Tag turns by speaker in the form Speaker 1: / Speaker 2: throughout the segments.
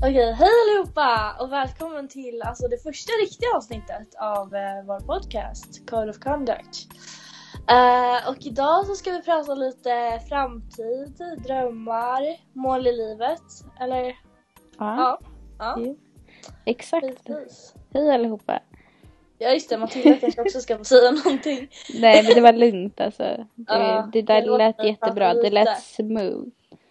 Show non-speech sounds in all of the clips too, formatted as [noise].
Speaker 1: Okej, hej allihopa och välkommen till alltså, det första riktiga avsnittet av eh, vår podcast Code of Conduct. Eh, och idag så ska vi prata lite framtid, drömmar, mål i livet. Eller?
Speaker 2: Ja,
Speaker 1: Ja. Ja,
Speaker 2: exakt.
Speaker 1: precis.
Speaker 2: Hej allihopa.
Speaker 1: Ja just det, Matilda kanske också ska få säga någonting.
Speaker 2: Nej men det var lugnt alltså. Det,
Speaker 1: Ja,
Speaker 2: det där
Speaker 1: det låter
Speaker 2: lät jättebra. Det lät
Speaker 1: lite.
Speaker 2: smooth.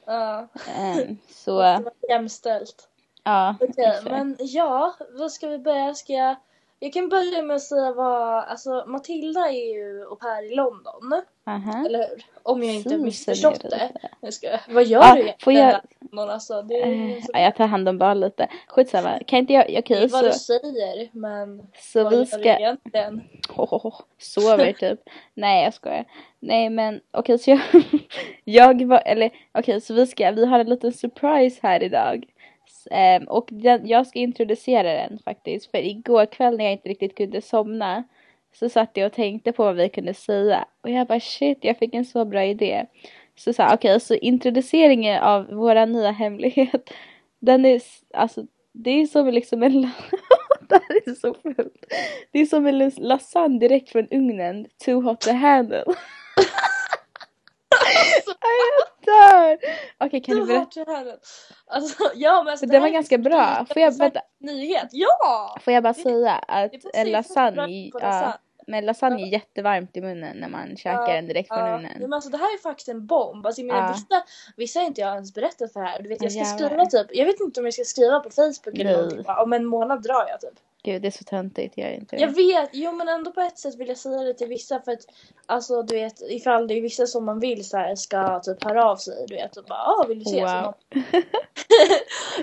Speaker 1: Ja, [laughs]
Speaker 2: Ehm, så
Speaker 1: det var jämställt.
Speaker 2: ja.
Speaker 1: Okej,
Speaker 2: exakt.
Speaker 1: men ja, vad ska vi börja? Ska jag... jag kan börja med att säga vad, alltså Matilda är ju au pair i London.
Speaker 2: Aha.
Speaker 1: Eller hur? Om jag inte
Speaker 2: Så
Speaker 1: missförstått
Speaker 2: ser det
Speaker 1: det.
Speaker 2: ut.
Speaker 1: Nu ska jag. Vad gör
Speaker 2: Ja,
Speaker 1: du
Speaker 2: får
Speaker 1: egentligen?
Speaker 2: jag-
Speaker 1: Jag... Någon, alltså, det är ju
Speaker 2: Eh,
Speaker 1: så...
Speaker 2: ja, jag tar hand om barn lite. Skitsamma. Kan inte jag,
Speaker 1: det är
Speaker 2: okej
Speaker 1: vad du
Speaker 2: så,
Speaker 1: säger men
Speaker 2: så
Speaker 1: vad
Speaker 2: vi
Speaker 1: gör du
Speaker 2: ska,
Speaker 1: egentligen?
Speaker 2: oh, sover typ. Nej jag skojar. Nej men okej så jag, [laughs] jag var, eller okej så vi ska, vi har en liten surprise här idag. S- ehm, och den, jag ska introducera den faktiskt. För igår kväll när jag inte riktigt kunde somna så satt jag och tänkte på vad vi kunde säga. Och jag bara shit jag fick en så bra idé. Så sa jag, okej så introduceringen av våra nya hemlighet. Den är, s- alltså det är som liksom en la- [laughs] Det här är så fult. Det är som en las- lasagne direkt från ugnen. Too hot to handle. [laughs] jag dör! Okej, [laughs] kan
Speaker 1: Du
Speaker 2: du berätta?
Speaker 1: har här. Alltså, [laughs] ja, men alltså,
Speaker 2: För
Speaker 1: det
Speaker 2: den
Speaker 1: här
Speaker 2: var
Speaker 1: är
Speaker 2: ganska bra.
Speaker 1: ganska
Speaker 2: Får jag,
Speaker 1: intressant
Speaker 2: vänta,
Speaker 1: nyhet. Ja!
Speaker 2: får jag bara
Speaker 1: Det-
Speaker 2: säga att
Speaker 1: Det passar
Speaker 2: en
Speaker 1: ju faktiskt bra
Speaker 2: lasagne,
Speaker 1: på
Speaker 2: ja,
Speaker 1: lasagne.
Speaker 2: men lasagne är jättevarmt i munnen när man käkar
Speaker 1: Ja,
Speaker 2: den direkt från
Speaker 1: Ja,
Speaker 2: ugnen.
Speaker 1: men alltså det här är faktiskt en bomb. Alltså, jag menar,
Speaker 2: Ja.
Speaker 1: vissa, vissa har inte jag ens berättat för här. Du vet, jag ska
Speaker 2: Ja, jävlar.
Speaker 1: skriva typ, jag vet inte om jag ska skriva på Facebook eller
Speaker 2: Nej.
Speaker 1: någonting. va? Om en månad drar jag typ.
Speaker 2: Gud, det är så töntigt, gör inte
Speaker 1: Jag
Speaker 2: det?
Speaker 1: vet, jo men ändå på ett sätt vill jag säga det till vissa för att alltså du vet ifall det är vissa som man vill så här ska typ höra av sig du vet och bara ah vill du ses? Och
Speaker 2: Wow. [laughs]
Speaker 1: man-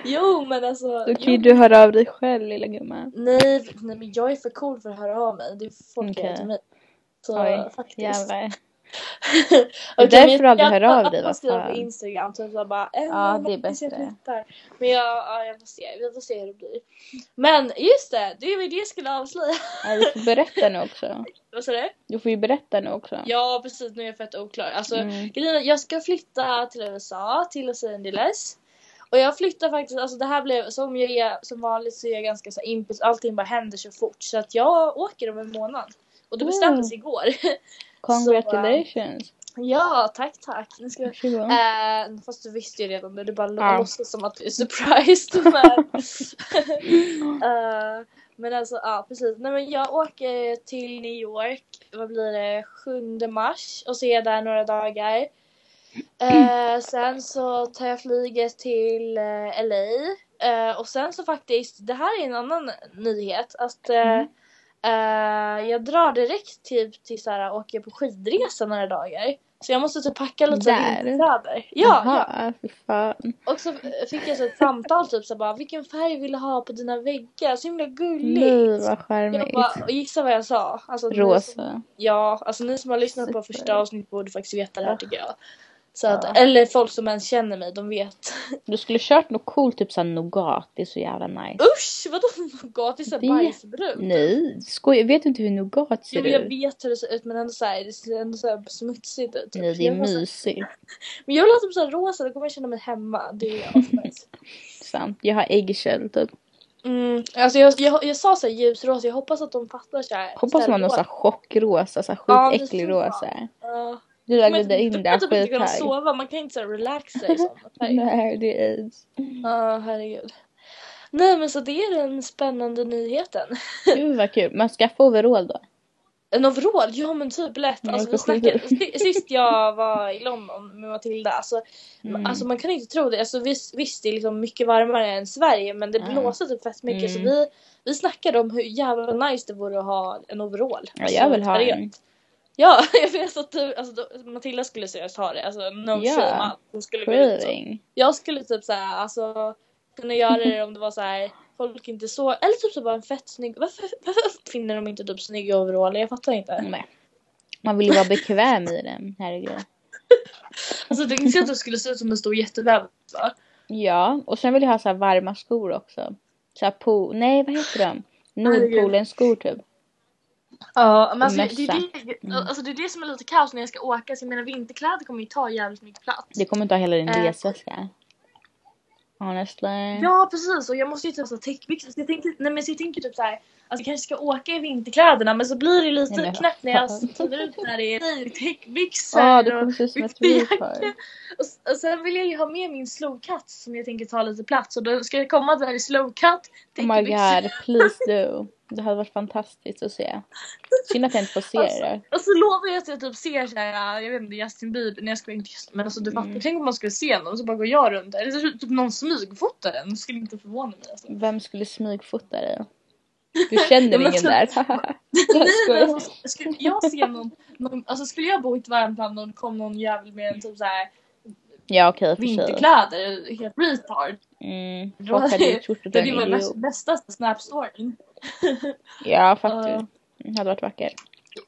Speaker 1: jo men alltså.
Speaker 2: Då kan ju
Speaker 1: jo,
Speaker 2: du höra av dig själv, lilla gumman.
Speaker 1: nej, nej men jag är för cool för att höra av mig. Det är folk okay.
Speaker 2: Okej.
Speaker 1: till mig. Så
Speaker 2: Oj,
Speaker 1: faktiskt. [laughs]
Speaker 2: jävlar.
Speaker 1: Okej,
Speaker 2: därför
Speaker 1: men jag-
Speaker 2: de hör
Speaker 1: jag-
Speaker 2: av dig,
Speaker 1: jag
Speaker 2: vad
Speaker 1: skriver
Speaker 2: fan.
Speaker 1: på Instagram typ så bara en
Speaker 2: Ja,
Speaker 1: månad
Speaker 2: det är
Speaker 1: tills jag
Speaker 2: bättre.
Speaker 1: flyttar. Men jag, ja, jag får se, vi får se hur det blir. Men just det, det är väl det jag skulle avslöja. [laughs]
Speaker 2: Ja, du får berätta nu också.
Speaker 1: Vad sa du?
Speaker 2: Du får ju berätta nu också.
Speaker 1: Ja precis, nu är jag fett oklar. Alltså,
Speaker 2: Mm.
Speaker 1: grejen är, jag ska flytta till USA, till Los Angeles. Och jag flyttar faktiskt, alltså det här blev, som jag är som vanligt så är jag ganska så här impuls, allting bara händer så fort. Så att jag åker om en månad. Och det bestämdes igår. [laughs]
Speaker 2: Congratulations.
Speaker 1: ja, tack tack. Nu ska jag...
Speaker 2: Varsågod.
Speaker 1: Eh, fast du visste ju redan det, du bara
Speaker 2: Ja.
Speaker 1: låtsas som att du är surprised. [laughs]
Speaker 2: [laughs]
Speaker 1: Men, Eh, men alltså ja precis. Nej, men jag åker till New York, vad blir det, 7 mars och så är jag där några dagar. Eh, sen så tar jag flyget till eh, LA Eh, och sen så faktiskt, det här är en annan nyhet, att eh,
Speaker 2: Mm.
Speaker 1: eh, jag drar direkt typ till så här, åker på skidresa några dagar. Så jag måste typ packa lite
Speaker 2: Där.
Speaker 1: vinterkläder. Ja, ja,
Speaker 2: Jaha, ah, fy fan.
Speaker 1: och så fick jag så ett samtal typ så bara vilken färg vill du ha på dina väggar? Så himla
Speaker 2: Nej,
Speaker 1: gulligt.
Speaker 2: vad
Speaker 1: Jag
Speaker 2: charmigt.
Speaker 1: bara, och gissa vad jag sa? Alltså, ni Som,
Speaker 2: Rosa.
Speaker 1: ja, alltså ni som har lyssnat på första
Speaker 2: Super.
Speaker 1: avsnittet borde faktiskt veta det här tycker jag. Så att,
Speaker 2: Ja.
Speaker 1: Eller folk som ens känner mig, de vet.
Speaker 2: Du skulle kört något coolt, typ såhär nougat. Det är så jävla nice.
Speaker 1: Usch! Vadå [laughs] nougat? Det är så
Speaker 2: Det-
Speaker 1: här bajsbrunt.
Speaker 2: Nej, skoja. Vet du inte hur nougat ser
Speaker 1: Jo, jag
Speaker 2: ut?
Speaker 1: vet hur det ser ut men ändå så här, det ser ändå så här smutsigt ut. typ.
Speaker 2: Nej, det är
Speaker 1: Jag måste-
Speaker 2: mysigt.
Speaker 1: Men jag vill ha typ såhär rosa, då kommer jag känna mig hemma. Det
Speaker 2: [laughs]
Speaker 1: är jag. som helst.
Speaker 2: Sant. Jag har äggshell typ.
Speaker 1: Mm, alltså jag, jag, jag sa såhär ljusrosa, jag hoppas att de fattar såhär.
Speaker 2: Hoppas man har såhär chockrosa, såhär
Speaker 1: Ja, det är
Speaker 2: skitäcklig
Speaker 1: så
Speaker 2: rosa.
Speaker 1: Ja.
Speaker 2: Du där
Speaker 1: Men
Speaker 2: glider
Speaker 1: de
Speaker 2: in där
Speaker 1: typ inte kunna
Speaker 2: skithög.
Speaker 1: sova, man kan inte så här relaxa
Speaker 2: [laughs]
Speaker 1: i sådana färger.
Speaker 2: Nej, det
Speaker 1: [laughs]
Speaker 2: är aids.
Speaker 1: Ja, herregud. Nej men så det är den spännande nyheten.
Speaker 2: Gud vad kul. Man skaffar overall då.
Speaker 1: En overall, ja men typ lätt.
Speaker 2: Nej,
Speaker 1: Alltså, vi
Speaker 2: Mm, jag
Speaker 1: snackade,
Speaker 2: får
Speaker 1: si-
Speaker 2: skjuta.
Speaker 1: sist jag var i London med Matilda, alltså,
Speaker 2: Mm.
Speaker 1: alltså man kan inte tro det. Alltså, visst, visst det är liksom mycket varmare än Sverige men det
Speaker 2: Ja.
Speaker 1: blåser typ fett mycket så
Speaker 2: Mm.
Speaker 1: vi, vi snackade om hur jävla nice det vore att ha en overall. Alltså,
Speaker 2: Ja, jag vill ha
Speaker 1: seriöst.
Speaker 2: en.
Speaker 1: Ja, [laughs] jag vet att du, alltså, då, Matilda skulle seriöst ha det. Alltså no
Speaker 2: Ja.
Speaker 1: shame alls. Hon skulle gå ut så.
Speaker 2: Craving.
Speaker 1: Jag skulle typ såhär, alltså kunna göra det om det var så här folk inte så eller typ så bara en fett snygg, varför, varför uppfinner de inte typ snygga overaller? Jag fattar inte.
Speaker 2: Nej. Man vill ju vara bekväm i den, herregud.
Speaker 1: Alltså du tänkte att du skulle se ut som en stor jätteväv va?
Speaker 2: Ja, och sen vill jag ha så här varma skor också. Så här pool, nej vad heter de? Nordpolenskor typ.
Speaker 1: Ja men alltså det, är
Speaker 2: Mössa.
Speaker 1: det, alltså det är det som är lite kaos när jag ska åka så jag menar vinterkläder kommer ju ta jävligt mycket plats.
Speaker 2: Det kommer inte ha hela din
Speaker 1: Eh.
Speaker 2: resväska. Honestly.
Speaker 1: Äh. Ja precis och jag måste ju typ ha täckbyxor. Så jag tänker, nej, men så jag tänker typ såhär, alltså jag kanske ska åka i vinterkläderna men så blir det lite
Speaker 2: Nej, men-
Speaker 1: knäppt när jag
Speaker 2: [laughs]
Speaker 1: kliver ut där i täckbyxor.
Speaker 2: Ja, det
Speaker 1: och,
Speaker 2: kommer se ut som ett
Speaker 1: vinterjacka.
Speaker 2: reaper.
Speaker 1: och, s- och sen vill jag ju ha med min slowcut som jag tänker ta lite plats och då ska jag komma där i slowcut,
Speaker 2: Oh my
Speaker 1: täckbyxor [laughs]
Speaker 2: god, please do. Det hade varit fantastiskt att se. Synd att jag inte får se
Speaker 1: Alltså,
Speaker 2: det.
Speaker 1: Och så lovar jag att jag typ ser såhär, jag vet inte Justin Bieber, när jag skulle inte Justin, men alltså du fattar.
Speaker 2: Mm.
Speaker 1: Tänk om man skulle se någon och så bara går jag runt där. Eller så typ någon smygfotar en, det skulle inte förvåna mig alltså.
Speaker 2: Vem skulle smygfota dig? Du
Speaker 1: [laughs]
Speaker 2: känner
Speaker 1: Ja, men
Speaker 2: ingen där. [laughs]
Speaker 1: Nej,
Speaker 2: Skojar.
Speaker 1: men alltså, skulle jag se någon, någon, alltså skulle jag bo i ett varmt land och kom någon jävel med en typ såhär
Speaker 2: ja okej, i och för sig.
Speaker 1: vinterkläder, helt retard.
Speaker 2: Mm.
Speaker 1: Då
Speaker 2: Folk hade ju trott
Speaker 1: [laughs]
Speaker 2: att
Speaker 1: Det
Speaker 2: du
Speaker 1: är ju
Speaker 2: var en
Speaker 1: vår
Speaker 2: idiot.
Speaker 1: bästa
Speaker 2: [laughs]
Speaker 1: snapstoryn.
Speaker 2: Ja faktiskt.
Speaker 1: Ja.
Speaker 2: Det hade varit vackert.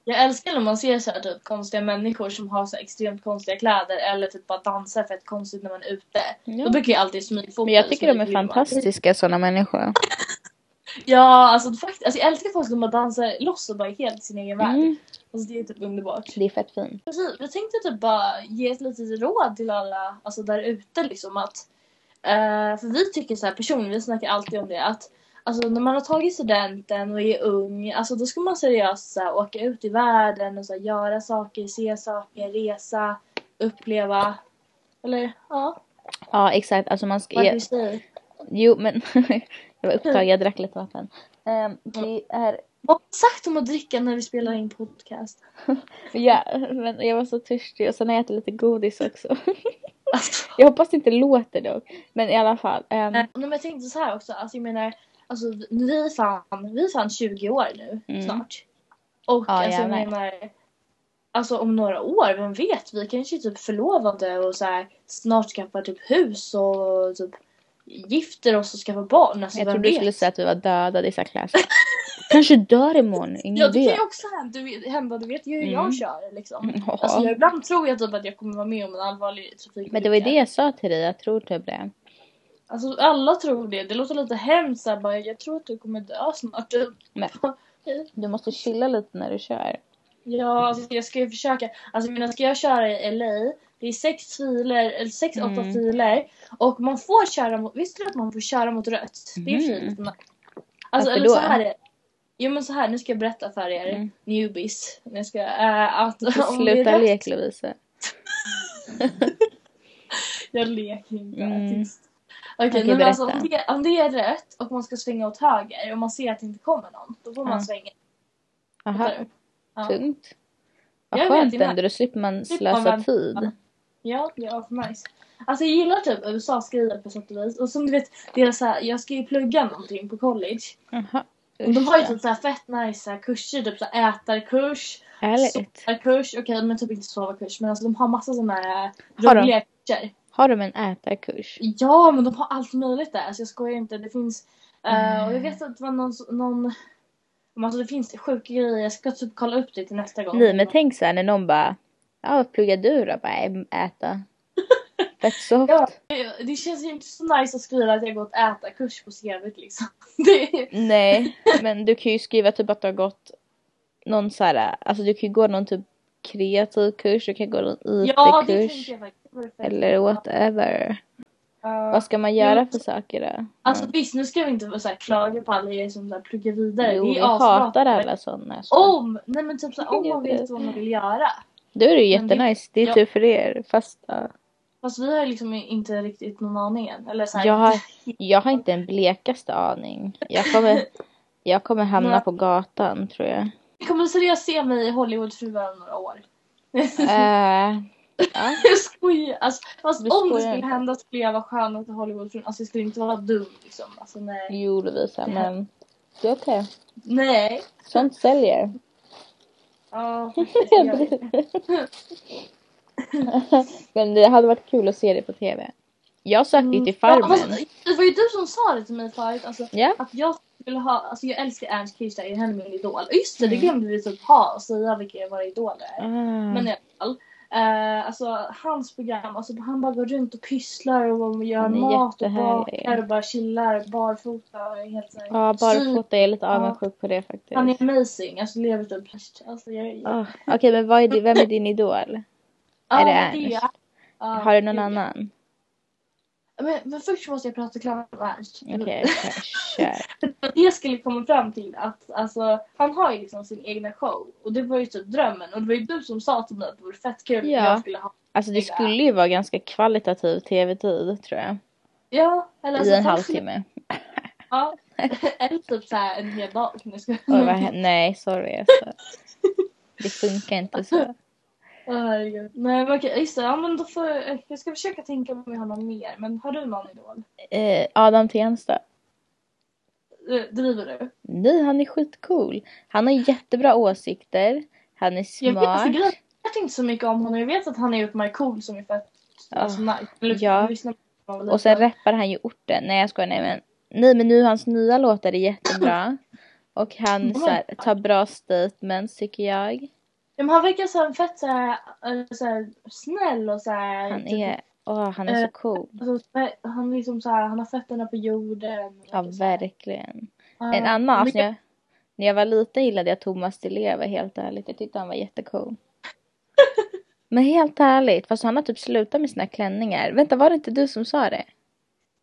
Speaker 1: Jag älskar när man ser så här, typ, konstiga människor som har så här, extremt konstiga kläder eller typ bara dansar fett konstigt när man är ute. Då Alltså,
Speaker 2: Ja.
Speaker 1: brukar jag alltid smygfota.
Speaker 2: Men jag tycker de är
Speaker 1: smyghumma.
Speaker 2: fantastiska sådana människor.
Speaker 1: Ja, alltså, faktiskt, alltså jag älskar folk som bara dansar loss och bara är helt i sin egen värld.
Speaker 2: Mm.
Speaker 1: Alltså, det är typ underbart.
Speaker 2: Det är fett fint.
Speaker 1: Precis, jag tänkte typ bara ge ett litet råd till alla alltså där ute liksom att eh, för vi tycker så här personligen, vi snackar alltid om det att alltså när man har tagit studenten och är ung, alltså då ska man seriöst så här, åka ut i världen och så här, göra saker, se saker, resa, uppleva. Eller ja,
Speaker 2: Ja exakt, alltså man ska...
Speaker 1: vad
Speaker 2: Ja,
Speaker 1: du säger.
Speaker 2: jo men [laughs] jag var upptagen, jag drack lite vatten. Ehm, det
Speaker 1: Mm.
Speaker 2: är
Speaker 1: Vad har vi sagt om att dricka när vi spelar in podcast? [laughs]
Speaker 2: Ja, men jag var så törstig och sen har jag ätit lite godis också.
Speaker 1: Alltså,
Speaker 2: Jag hoppas det inte låter dock. Men i alla fall. ehm,
Speaker 1: nej, men jag tänkte så här också, alltså jag menar alltså vi är fan, vi är fan 20 år nu
Speaker 2: Mm.
Speaker 1: snart. Och
Speaker 2: Ja,
Speaker 1: alltså, jag
Speaker 2: jävlar.
Speaker 1: menar, alltså om några år, vem vet, vi kanske är typ förlovade och så här, snart skaffar typ hus och typ gifter oss och skaffar barn. Alltså,
Speaker 2: jag
Speaker 1: vem
Speaker 2: trodde du
Speaker 1: vet?
Speaker 2: skulle säga att vi var döda, det är så här klassiskt. Kanske
Speaker 1: [laughs]
Speaker 2: dör imorgon, ingen
Speaker 1: Ja det kan
Speaker 2: vet.
Speaker 1: ju också hända, du vet- hända, du vet ju hur
Speaker 2: Mm.
Speaker 1: jag kör liksom.
Speaker 2: [laughs] Ja.
Speaker 1: Alltså jag, ibland tror jag typ att jag kommer vara med om en allvarlig trafikolycka.
Speaker 2: Men det var ju det jag sa till dig, jag tror typ det.
Speaker 1: Alltså alla tror det, det låter lite hemskt så här, bara, jag tror att du kommer dö snart. typ.
Speaker 2: Men du måste chilla lite när du kör.
Speaker 1: Ja, alltså jag ska ju försöka. Alltså men ska jag köra i LA, det är sex filer, eller sex, åtta
Speaker 2: Mm.
Speaker 1: filer. Och man får köra mot, visste du att man får köra mot rött? Det är
Speaker 2: Mhm.
Speaker 1: fint.
Speaker 2: Varför
Speaker 1: Alltså eller
Speaker 2: då?
Speaker 1: så här är Jo men så här, nu ska jag berätta för er
Speaker 2: Mm.
Speaker 1: newbies. Nu ska, eh, att,
Speaker 2: Så
Speaker 1: om det är
Speaker 2: sluta
Speaker 1: rött-
Speaker 2: lek Lovisa.
Speaker 1: Jag leker inte.
Speaker 2: Mm.
Speaker 1: Tyst. Okej,
Speaker 2: Okej,
Speaker 1: nej, men alltså,
Speaker 2: berätta.
Speaker 1: om, det, om det är rött och man ska svänga åt höger och man ser att det inte kommer någon, då får man
Speaker 2: Ja.
Speaker 1: svänga.
Speaker 2: Aha,
Speaker 1: Ja.
Speaker 2: tungt. Vad
Speaker 1: Jag vet
Speaker 2: skönt
Speaker 1: inte.
Speaker 2: ändå, då slipper man
Speaker 1: Slipper
Speaker 2: slösa
Speaker 1: man-
Speaker 2: tid.
Speaker 1: Ja, ja, nice. Alltså jag gillar typ USAs grejer på sätt och vis. Och som du vet, deras, så här, jag ska ju plugga någonting på college.
Speaker 2: Aha.
Speaker 1: Och de har ju
Speaker 2: Ursäkta.
Speaker 1: typ så här fett nice så här, kurser, typ så här, ätarkurs,
Speaker 2: Ärligt.
Speaker 1: sovarkurs, okej men typ inte sovarkurs men alltså de har massa såna här
Speaker 2: Har de?
Speaker 1: roliga kurser.
Speaker 2: Har de en ätarkurs?
Speaker 1: Ja men de har allt möjligt där, alltså jag skojar inte. Det finns, eh,
Speaker 2: Mm.
Speaker 1: och jag vet att det var någon, någon men alltså det finns sjuka grejer, jag ska typ kolla upp det till nästa gång.
Speaker 2: Nej men tänk såhär när någon bara Ja vad pluggar du då? Bara "Ähm,
Speaker 1: [laughs]
Speaker 2: äta. Fett soft.
Speaker 1: Ja. Det känns ju inte så nice att skriva att jag gått ätarkurs på CVt liksom. [laughs] Det är...
Speaker 2: Nej men du kan ju skriva typ att du har gått någon såhär, alltså du kan ju gå någon typ kreativ kurs, du kan gå någon
Speaker 1: Ja, det
Speaker 2: IT-kurs.
Speaker 1: tänkte jag faktiskt. Perfekt.
Speaker 2: eller whatever.
Speaker 1: Ja.
Speaker 2: Vad ska man göra
Speaker 1: Jo.
Speaker 2: för saker då?
Speaker 1: alltså visst, nu ska vi inte vara så här, klaga på alla er som så här, pluggar vidare.
Speaker 2: jo,
Speaker 1: det är
Speaker 2: vi
Speaker 1: asbra.
Speaker 2: hatar alla sådana. Så.
Speaker 1: Om! Nej men typ så här, om
Speaker 2: Jag
Speaker 1: man
Speaker 2: vet.
Speaker 1: vet vad man vill göra.
Speaker 2: Då är det ju
Speaker 1: Men det-
Speaker 2: jättenice, det är
Speaker 1: ja.
Speaker 2: tur för er. Fast ja.
Speaker 1: Fast vi har ju liksom inte riktigt någon aning än. Eller så här,
Speaker 2: jag, har, jag har inte en blekaste aning. Jag kommer, jag kommer hamna
Speaker 1: Nej.
Speaker 2: på gatan tror jag.
Speaker 1: Ni kommer seriöst se mig i Hollywoodfruar om några år. [laughs]
Speaker 2: Eh, ja.
Speaker 1: Jag skojar. Alltså, fast
Speaker 2: Du
Speaker 1: om
Speaker 2: skojar
Speaker 1: det skulle
Speaker 2: inte.
Speaker 1: hända skulle jag vara skön till Hollywoodfrun. Alltså jag skulle inte vara dum liksom. Alltså nej.
Speaker 2: Jo Lovisa, men det är okej.
Speaker 1: Nej.
Speaker 2: Sånt säljer. [laughs]
Speaker 1: Ja, faktiskt, jag vet.
Speaker 2: men det hade varit kul att se det på TV. Jag sökte ju
Speaker 1: Mm.
Speaker 2: till
Speaker 1: Ja, fast
Speaker 2: Farmen.
Speaker 1: det var ju du som sa det till mig förut. Alltså,
Speaker 2: Ja.
Speaker 1: Att jag skulle ha, alltså jag älskar Ernst Kirchsteiger, henne är min idol. Och Just det,
Speaker 2: Mm.
Speaker 1: det glömde vi typ ha och säga vilka våra idoler är. Men i alla fall. eh, alltså hans program, alltså han bara går runt och pysslar och gör
Speaker 2: Han är
Speaker 1: mat och
Speaker 2: jättehärlig.
Speaker 1: bakar och bara chillar barfota och är helt såhär.
Speaker 2: Ja, barfota, jag är lite
Speaker 1: Mm. Ja.
Speaker 2: avundsjuk på det faktiskt.
Speaker 1: Han är amazing, alltså lever typ alltså, jag,
Speaker 2: Ah, Okej, men vad är din, vem är din idol?
Speaker 1: Ja,
Speaker 2: är det
Speaker 1: men
Speaker 2: Ernst?
Speaker 1: Ja,
Speaker 2: Har du någon
Speaker 1: gud, ja.
Speaker 2: annan?
Speaker 1: Men, men först måste jag prata klart om Ernst.
Speaker 2: Okej, kör- kör.
Speaker 1: Jag skulle komma fram till att alltså, han har ju liksom sin egna show. Och det var ju typ drömmen. Och det var ju du som sa till mig att det vore fett kul
Speaker 2: Ja.
Speaker 1: att jag skulle ha.
Speaker 2: Alltså det skulle ju vara ganska kvalitativ tv-tid tror jag.
Speaker 1: Ja, eller alltså,
Speaker 2: I en
Speaker 1: kanske-
Speaker 2: halvtimme.
Speaker 1: Ja, eller typ såhär en hel dag. Nej, jag skojar.
Speaker 2: Oj, vad, he- nej, sorry alltså. Det funkar inte så.
Speaker 1: Åh, herregud. Nej men okej, just det. Ja, men då får jag, jag ska försöka tänka om vi har någon mer. Men har du någon idol?
Speaker 2: Eh, Adam Tensta.
Speaker 1: Eh, Driver du?
Speaker 2: Nej, han är skitcool. Han har jättebra åsikter. Han är
Speaker 1: Jag vet, alltså,
Speaker 2: smart.
Speaker 1: grejen är att jag vet inte så mycket om honom. Jag vet att han är på My Cool som är fett alltså, nice. Eller,
Speaker 2: ja.
Speaker 1: jag lyssnar på honom
Speaker 2: Och sen
Speaker 1: lite.
Speaker 2: rappar han ju orten. Nej jag skojar, nej men. Nej men nu hans nya låtar
Speaker 1: [laughs]
Speaker 2: är jättebra. Och han så här, tar bra statements tycker jag.
Speaker 1: Ja, men han verkar så här fett så här, eh, så här snäll och så här.
Speaker 2: Han
Speaker 1: typ-
Speaker 2: är, åh han är så cool.
Speaker 1: Alltså, fe- han, liksom så här, han har fötterna på jorden.
Speaker 2: Ja
Speaker 1: Verkar så här.
Speaker 2: verkligen.
Speaker 1: Ja.
Speaker 2: En annan, alltså,
Speaker 1: Men-
Speaker 2: när, jag, när jag var liten gillade jag Thomas Di Leva helt ärligt. Jag tyckte han
Speaker 1: [laughs]
Speaker 2: var jättecool. Men helt ärligt, fast han har typ slutat med sina klänningar. Vänta var det inte du som sa det?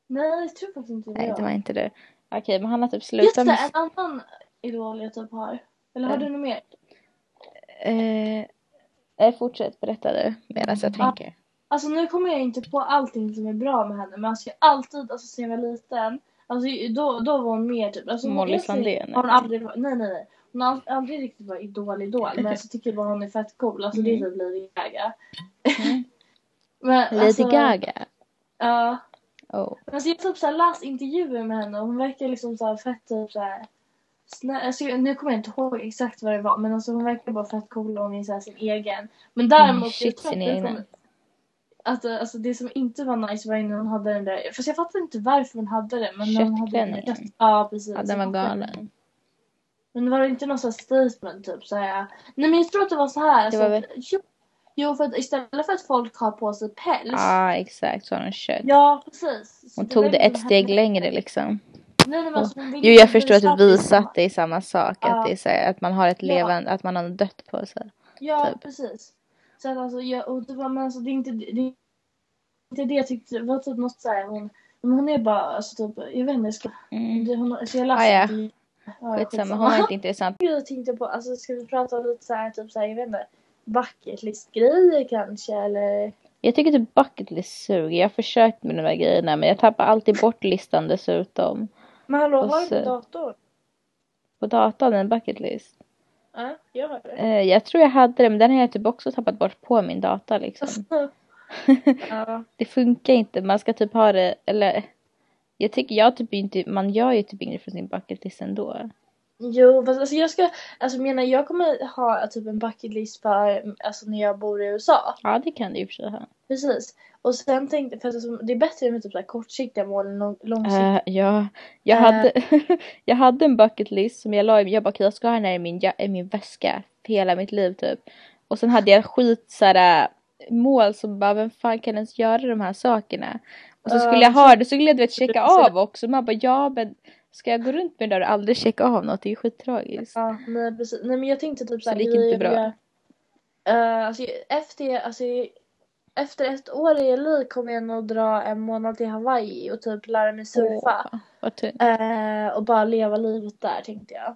Speaker 1: Nej, jag tror faktiskt inte
Speaker 2: Nej
Speaker 1: jag.
Speaker 2: det var inte du. Okej men han har typ
Speaker 1: Just
Speaker 2: slutat
Speaker 1: det,
Speaker 2: med...
Speaker 1: en annan idol jag typ har. Eller har
Speaker 2: Ja.
Speaker 1: du något mer?
Speaker 2: Eh, eh, fortsätt berätta du medan jag
Speaker 1: Ja.
Speaker 2: tänker.
Speaker 1: Alltså nu kommer jag inte på allting som är bra med henne men alltså jag alltid, alltså sen jag var liten, alltså då, då var hon mer typ, alltså hon-
Speaker 2: Molly
Speaker 1: egentligen
Speaker 2: Sandén,
Speaker 1: har Hon
Speaker 2: eller?
Speaker 1: aldrig, var- nej nej nej. Hon har ald- aldrig riktigt varit idol idol men alltså tycker bara hon är fett cool, alltså det är typ Lady Gaga.
Speaker 2: Mm.
Speaker 1: [laughs] men,
Speaker 2: Lady
Speaker 1: alltså,
Speaker 2: Gaga.
Speaker 1: Ja.
Speaker 2: Oh.
Speaker 1: Men alltså jag typ såhär läst intervjuer med henne och hon verkar liksom såhär fett typ såhär snäll. Alltså, jag- nu kommer jag inte ihåg exakt vad det var men alltså hon verkar bara fett cool och hon är såhär sin egen. Men däremot.
Speaker 2: Mm, shit,
Speaker 1: jag tror
Speaker 2: sin
Speaker 1: att det
Speaker 2: egna.
Speaker 1: kommer- Att, eh, alltså det som inte var nice var när hon hade den där, fast jag fattar inte varför hon hade det. Men när hon hade den där
Speaker 2: Köttklänningen.
Speaker 1: kött- Ja precis.
Speaker 2: Ja, den var galen.
Speaker 1: Men var det inte någon sån här statement typ såhär. Nej men jag tror att det var så här.
Speaker 2: Det
Speaker 1: alltså,
Speaker 2: var väl-
Speaker 1: jo, jo för att istället för att folk har på sig päls.
Speaker 2: Ja,
Speaker 1: Ja,
Speaker 2: exakt. Så har hon kört.
Speaker 1: precis. Så
Speaker 2: Hon tog
Speaker 1: var
Speaker 2: det
Speaker 1: liksom
Speaker 2: ett steg
Speaker 1: henne-
Speaker 2: längre liksom.
Speaker 1: Nej, nej, men alltså, hon ville
Speaker 2: Jo, jag
Speaker 1: inte
Speaker 2: förstår att du
Speaker 1: det.
Speaker 2: visar att det är samma sak.
Speaker 1: Ja.
Speaker 2: Att, det är så här, att man har ett
Speaker 1: Ja.
Speaker 2: levande, att man har något dött på sig.
Speaker 1: Ja,
Speaker 2: typ.
Speaker 1: precis. Så att alltså, jag, och det var, men alltså, det är inte det, är inte det jag tyckte. Det var typ något såhär hon, men hon är bara, alltså typ, jag vet inte. Jag ska,
Speaker 2: Mm.
Speaker 1: det, hon, alltså, jag
Speaker 2: Ah, ja.
Speaker 1: läste ja.
Speaker 2: Skitsamma, hon var inte intressant.
Speaker 1: [laughs] Jag tänkte på, alltså ska vi prata lite såhär, typ såhär, jag vet inte. Bucket list grejer kanske eller?
Speaker 2: Jag tycker typ bucket list suger. Jag har försökt med de här grejerna men jag tappar alltid bort listan dessutom.
Speaker 1: Men hallå,
Speaker 2: Och
Speaker 1: har du på
Speaker 2: så-
Speaker 1: datorn?
Speaker 2: På datorn, en bucket list.
Speaker 1: Ja, jag har det.
Speaker 2: Eh, jag tror jag hade det men den har jag typ också tappat bort på min data liksom.
Speaker 1: [laughs] ja.
Speaker 2: Det funkar inte. Man ska typ ha det, eller jag tycker jag typ inte, man gör ju typ inget från sin bucket list ändå.
Speaker 1: Jo, fast alltså jag ska, alltså menar jag kommer ha typ en bucket list för, alltså när jag bor i USA.
Speaker 2: Ja, det kan du i och för sig ha.
Speaker 1: Precis. Och sen tänkte för att alltså, det är bättre med typ så här kortsiktiga mål än lång, långsiktiga.
Speaker 2: Eh, ja, jag
Speaker 1: Mm. Eh.
Speaker 2: hade, [laughs] jag hade en bucket list som jag la i, jag bara "Okej, jag ska ha den här i min, ja- i min väska för hela mitt liv typ. Och sen hade jag skit såhär mål som bara vem fan kan ens göra de här sakerna? Och så
Speaker 1: Ja,
Speaker 2: skulle jag ha det, så skulle jag du vet checka
Speaker 1: precis.
Speaker 2: av också. Man bara ja men ska jag gå runt med det där och aldrig checka av något? Det är ju skittragiskt.
Speaker 1: Ja, nej, precis. nej men jag tänkte typ
Speaker 2: Så
Speaker 1: så här
Speaker 2: det gick inte
Speaker 1: grejer
Speaker 2: bra.
Speaker 1: jag- Eh, alltså, efter, alltså, efter ett år i LA kommer jag nog dra en månad till Hawaii och typ lära mig surfa.
Speaker 2: Åh, vad typ- tungt.
Speaker 1: Eh, och bara leva livet där tänkte jag.